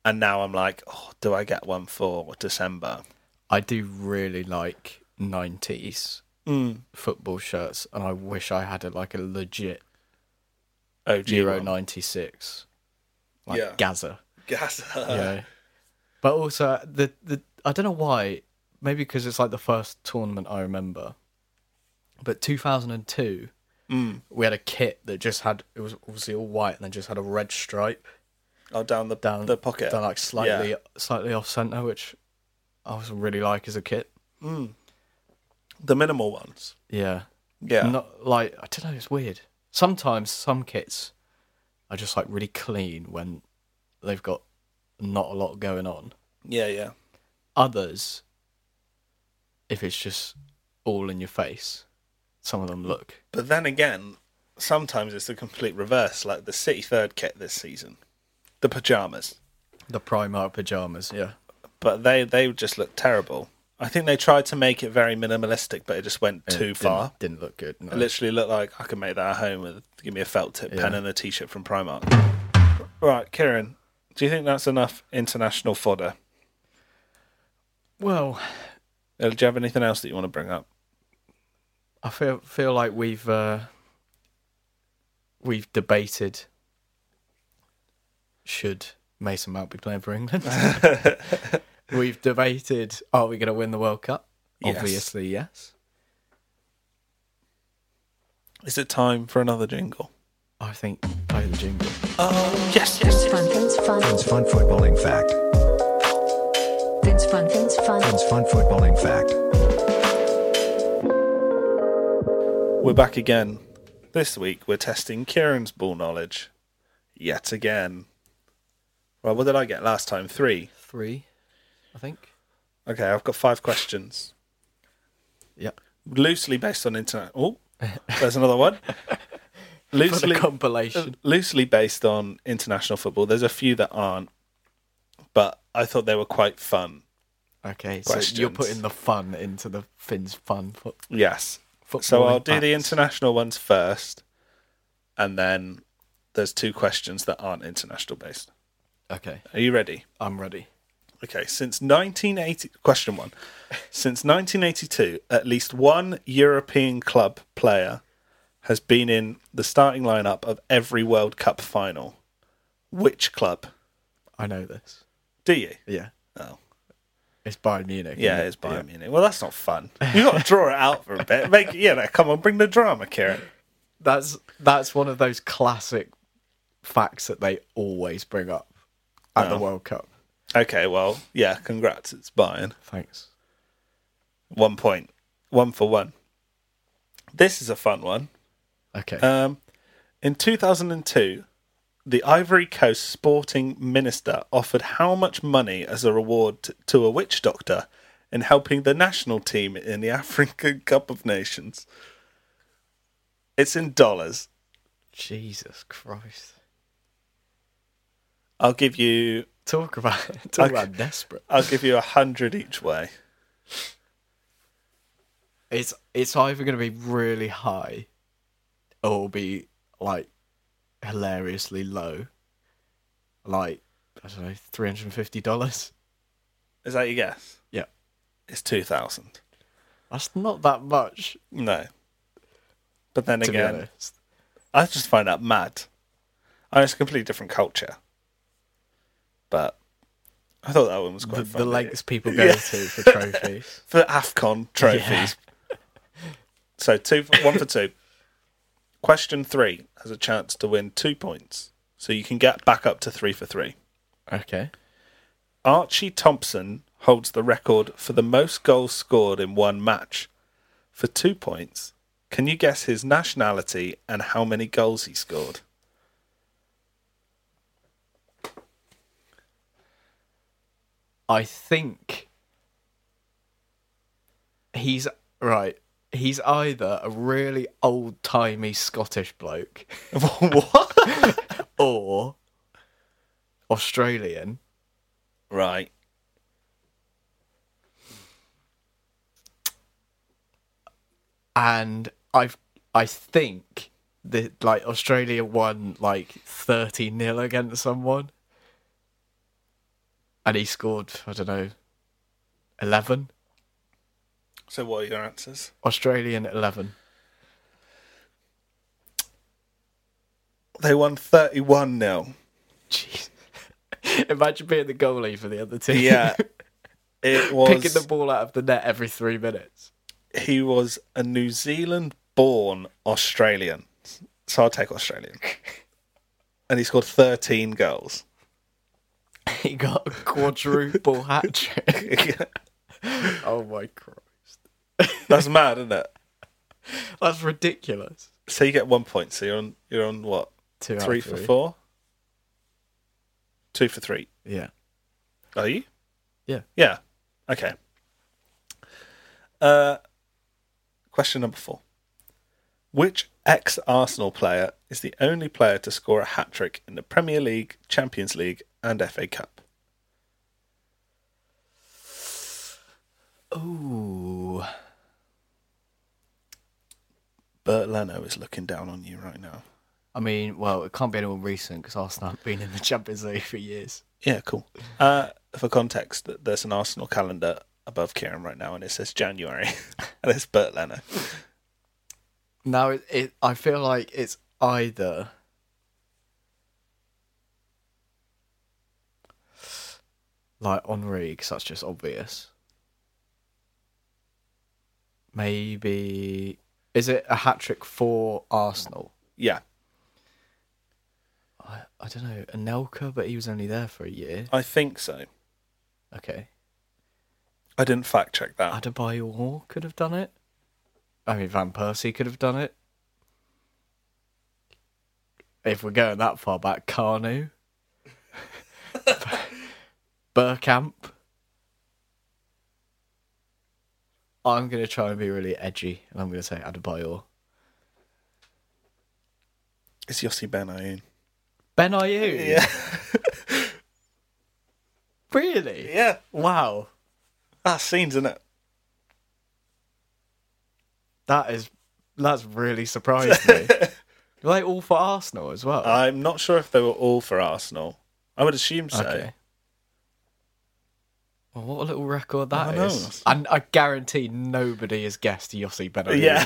S3: and now i'm like oh do i get one for december
S2: I do really like 90s
S3: Mm.
S2: football shirts, and I wish I had a, like a legit
S3: oh gee
S2: Euro 96, like
S3: Yeah. Uh.
S2: Gaza.
S3: gas
S2: you know. But also the the I don't know why, maybe because it's like the first tournament I remember. But 2002
S3: Mm.
S2: we had a kit that just had it was obviously all white and then just had a red stripe
S3: <laughs> Oh, down the
S2: down
S3: the pocket.
S2: down like slightly
S3: Yeah.
S2: slightly off center, which I was really like as a kit.
S3: The minimal ones.
S2: Yeah,
S3: Yeah.
S2: not like I don't know. It's weird. Sometimes some kits are just like really clean when they've got not a lot going on.
S3: Yeah, yeah.
S2: Others, if it's just all in your face, some of them look.
S3: But then again, sometimes it's the complete reverse, like the City Third kit this season, the pajamas.
S2: The Primark pajamas, yeah.
S3: But they they just look terrible. I think they tried to make it very minimalistic, but it just went
S2: It
S3: too
S2: didn't-
S3: far.
S2: Didn't, look good. no.
S3: It literally looked like I could make that at home with give me a felt tip pen
S2: Yeah.
S3: and a t-shirt from Primark. Right, Kieran, do you think that's enough international fodder?
S2: Well,
S3: Uh, Do you have anything else that you want to bring up?
S2: I feel feel like we've uh, we've debated should Mason Mount be playing for <laughs> England. we've debated are we going to win the World Cup?
S3: Yes.
S2: Obviously, yes.
S3: Is it time for another jingle?
S2: I think play the jingle.
S3: Yes, yes.
S5: fun,
S4: Vince Fun.
S1: Fans fun footballing fact.
S5: Vince fun.
S4: Vince Fun.
S1: Fans fun footballing fact.
S3: We're back again. This week we're testing Kieran's ball knowledge yet again. Well, what did I get last time? 3.
S2: Three, I think.
S3: Okay, I've got 5 questions.
S2: Yeah.
S3: Loosely based on internet. Oh, there's another one.
S2: For the compilation.
S3: loosely based on international football. There's a few that aren't, but I thought they were quite fun.
S2: Okay, so you're
S3: Questions.
S2: putting the fun into the Finn's fun. Fo-
S3: Yes. So
S2: Footballing
S3: I'll do the
S2: facts.
S3: international ones first, and then there's two questions that aren't international based.
S2: okay,
S3: Are you ready?
S2: I'm ready.
S3: Okay. Since 1980, question one. Since 1982, at least one European club player has been in the starting lineup of every World Cup final. Which club?
S2: I know this.
S3: Do you?
S2: Yeah,
S3: Oh.
S2: it's Bayern Munich.
S3: Yeah,
S2: isn't
S3: it's
S2: it?
S3: Bayern Munich. Well, that's not fun. You got to draw it out for a <laughs> bit. Make yeah, no, come on, bring the drama, Kieran.
S2: That's that's one of those classic facts that they always bring up at the World Cup.
S3: Okay, well, yeah, congrats, it's Bayern.
S2: Thanks.
S3: One point, one for one. This is a fun one.
S2: Okay.
S3: Um, in 2002, the Ivory Coast sporting minister offered how much money as a reward t- to a witch doctor in helping the national team in the <laughs> African Cup of Nations? It's in dollars.
S2: Jesus Christ.
S3: I'll give you
S2: Talk about <laughs> talk
S3: Okay.
S2: about desperate.
S3: I'll give you a hundred each way.
S2: It's it's either going to be really high, or it'll be like hilariously low, like I don't know, three hundred and fifty dollars.
S3: Is that your guess?
S2: Yeah,
S3: It's two thousand.
S2: that's not that much.
S3: No. But then
S2: To be
S3: again,
S2: honest,
S3: I just find that mad. I know it's a completely different culture. But I thought that one was quite
S2: the,
S3: fun.
S2: the lengths people <laughs> go to for trophies.
S3: for the AFCON trophies. <laughs> So two for, one for two. Question three has a chance to win two points. So you can get back up to three for three.
S2: <laughs> Okay.
S3: Archie Thompson holds the record for the most goals scored in one match for two points. Can you guess his nationality and how many goals he scored?
S2: I think he's right. He's either a really old timey Scottish bloke <laughs>
S3: what?
S2: or Australian.
S3: Right.
S2: And I've I think that like Australia won like thirty nil against someone. And he scored, I don't know, eleven?
S3: So what are your answers?
S2: Australian eleven.
S3: They won 31 0.
S2: Jeez. <laughs> Imagine being the goalie for the other team.
S3: Yeah. <laughs> It was
S2: <laughs>
S3: <laughs>
S2: picking the ball out of the net every three minutes.
S3: he was a New Zealand born Australian, so I'll take Australian. and he scored 13 goals. <laughs>
S2: He got a <laughs> quadruple hat trick. Oh my Christ.
S3: That's mad, isn't it?
S2: That's ridiculous.
S3: So you get one point. So you're on. You're on what?
S2: Two out of
S3: three for four. Two for three.
S2: Yeah.
S3: Are you?
S2: Yeah.
S3: Yeah. Okay. Uh, question number four. Which ex Arsenal player is the only player to score a hat trick in the Premier League, Champions League, and FA Cup?
S2: Ooh.
S3: Bert Leno is looking down on you right now.
S2: I mean, well, it can't be anyone recent because Arsenal have been in the Champions League for years.
S3: Yeah, cool. Uh, for context, th- there's an Arsenal calendar above Kieran right now, and it says January, <laughs> and it's Bert <laughs> Leno.
S2: Now, it, it, I feel like it's either. Like Henri, because that's just obvious. Maybe. Is it a hat trick for Arsenal?
S3: Yeah,
S2: I, I don't know. Anelka, but he was only there for a year.
S3: I think so.
S2: Okay.
S3: I didn't fact check that.
S2: Adebayor could have done it. Uh, I mean, Van Persie could have done it. If we're going that far back, Carnu, <laughs> Burkamp. I'm going to try and be really edgy, and I'm going to say Adebayor.
S3: It's Yossi Ben Ayoun.
S2: Ben Ayoun?
S3: Yeah.
S2: <laughs> Really?
S3: Yeah.
S2: Wow.
S3: That scenes, isn't it?
S2: That is, that's really surprised me. Were they all for Arsenal as well?
S3: I'm not sure if they were all for Arsenal. I would assume so.
S2: Well, what a little record that
S3: I know.
S2: is. And I guarantee nobody has guessed Yossi Benayoun.
S3: Yeah.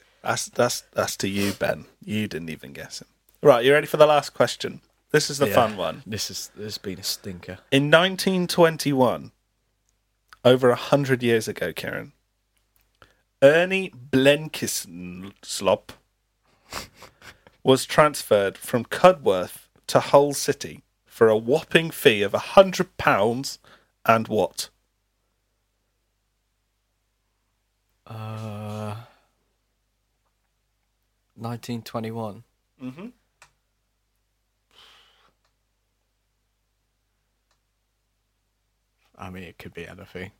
S3: <laughs> that's that's that's to you, Ben. You didn't even guess it. Right, you ready for the last question? This is the
S2: Yeah.
S3: fun one.
S2: This is this has been a stinker.
S3: In 1921, over a hundred years ago, Karen, Ernie Blenkislop <laughs> was transferred from Cudworth to Hull City for a whopping fee of a hundred pounds and what?
S2: Uh, 1921.
S3: Mhm.
S2: I mean, it could be anything.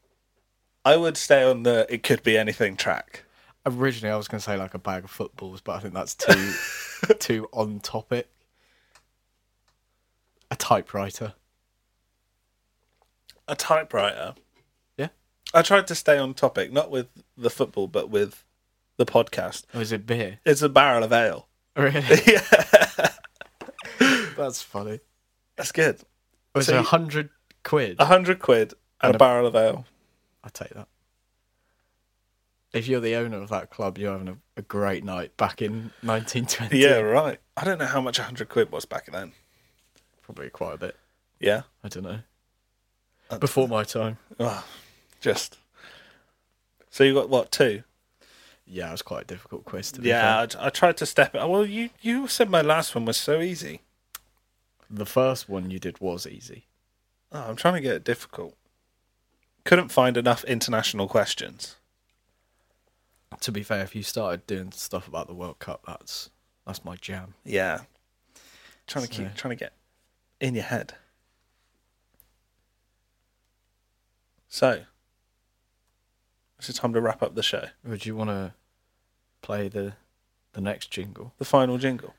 S3: I would stay on the it could be anything track.
S2: Originally, I was going to say like a bag of footballs, but I think that's <laughs> too too on topic. A typewriter.
S3: A typewriter.
S2: Yeah.
S3: I tried to stay on topic, not with the football, but with the podcast.
S2: Or is it beer?
S3: It's a barrel of ale.
S2: <laughs> Really?
S3: yeah,
S2: That's funny.
S3: that's good.
S2: Was
S3: So
S2: it
S3: you-
S2: 100 quid?
S3: A hundred quid
S2: And
S3: and, a,
S2: a-
S3: barrel of ale.
S2: I take that. If you're the owner of that club, you're having a, a great night back in 1920.
S3: Yeah, right. I don't know how much a hundred quid was back then.
S2: probably quite a bit.
S3: Yeah,
S2: I don't know. Before my time.
S3: Ah, just. So you got what two?
S2: Yeah, it was quite a difficult quiz to be
S3: Yeah,
S2: fair.
S3: I, I tried to step it. Well, you you said my last one was so easy.
S2: The first one you did was easy.
S3: Oh, I'm trying to get it difficult. Couldn't find enough international questions.
S2: To be fair, if you started doing stuff about the World Cup, that's that's my jam.
S3: Yeah. Trying to
S2: So-
S3: keep trying to get in your head. So it's time to wrap up the show.
S2: Would you want to play the the next <laughs> jingle?
S3: The final jingle.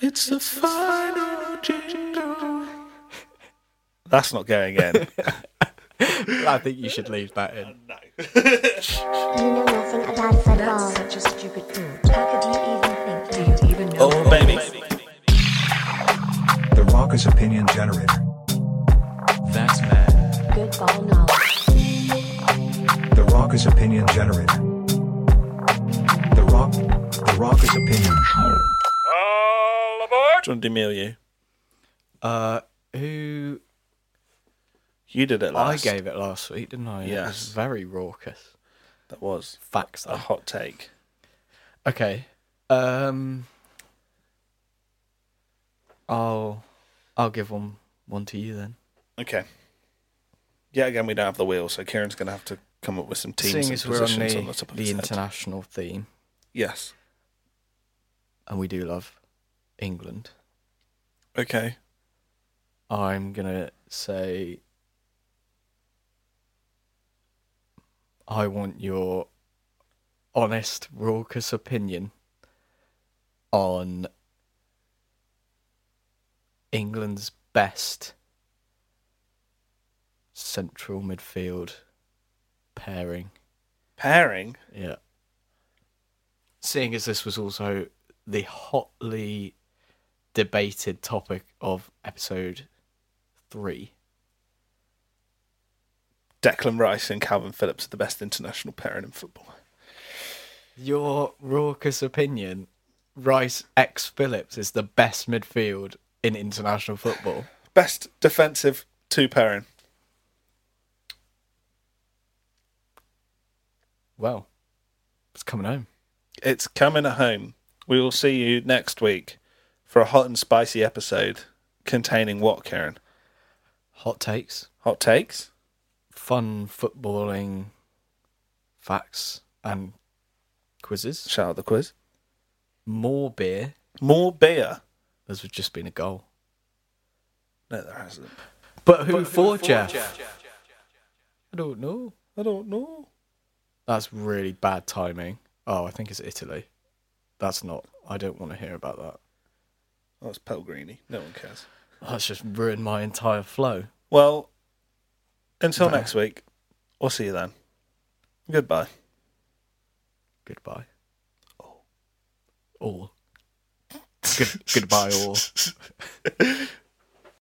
S3: It's the final jingle. That's not
S2: <laughs>
S3: going in.
S2: I think you should leave that in.
S4: You know nothing about football.
S5: That's such a stupid thought. How could you even think? Do you even know?
S3: oh baby.
S1: The Rocker's Opinion Generator.
S6: That's mad.
S5: Good ball knowledge.
S1: The Rocker's Opinion Generator. The Rock. The Rocker's Opinion.
S3: John Demille, you.
S2: Uh, who
S3: You did it last.
S2: I gave it last week, didn't I? It was
S3: Yes.
S2: very raucous.
S3: That was
S2: Facts.
S3: a
S2: Though.
S3: hot take.
S2: Okay. Um. I'll I'll give one one to you then.
S3: Okay. Yeah, again, we don't have the wheel, so Kieran's going to have to come up with some teams
S2: Seeing
S3: and
S2: as we're on
S3: positions
S2: the,
S3: on the top of
S2: the
S3: his head.
S2: international theme,
S3: Yes.
S2: and we do love England,
S3: Okay.
S2: I'm gonna say I want your honest, raucous opinion on England's best central midfield pairing.
S3: Pairing.
S2: Yeah. Seeing as this was also the hotly debated topic of episode three.
S3: Declan Rice and Calvin Phillips are the best international pairing in football.
S2: Your raucous opinion, Rice X Phillips is the best midfield in international football.
S3: Best defensive two pairing.
S2: Well, it's coming home.
S3: It's coming at home. We will see you next week for a hot and spicy episode containing what, Kieran?
S2: Hot takes,
S3: Hot takes?
S2: fun footballing facts and quizzes.
S3: Shout out the quiz.
S2: More beer,
S3: More beer.
S2: as we've just been a goal.
S3: No, there hasn't.
S2: But who, for, Jeff? I don't know.
S3: I don't know.
S2: That's really bad timing. Oh, I think it's Italy. That's not. I don't want to hear about that.
S3: Oh, it's Pellegrini. No one cares.
S2: That's just ruined my entire flow.
S3: Well, until
S2: Bye.
S3: next week, we'll see you then. Goodbye.
S2: Goodbye. <laughs> All. Good, goodbye, all.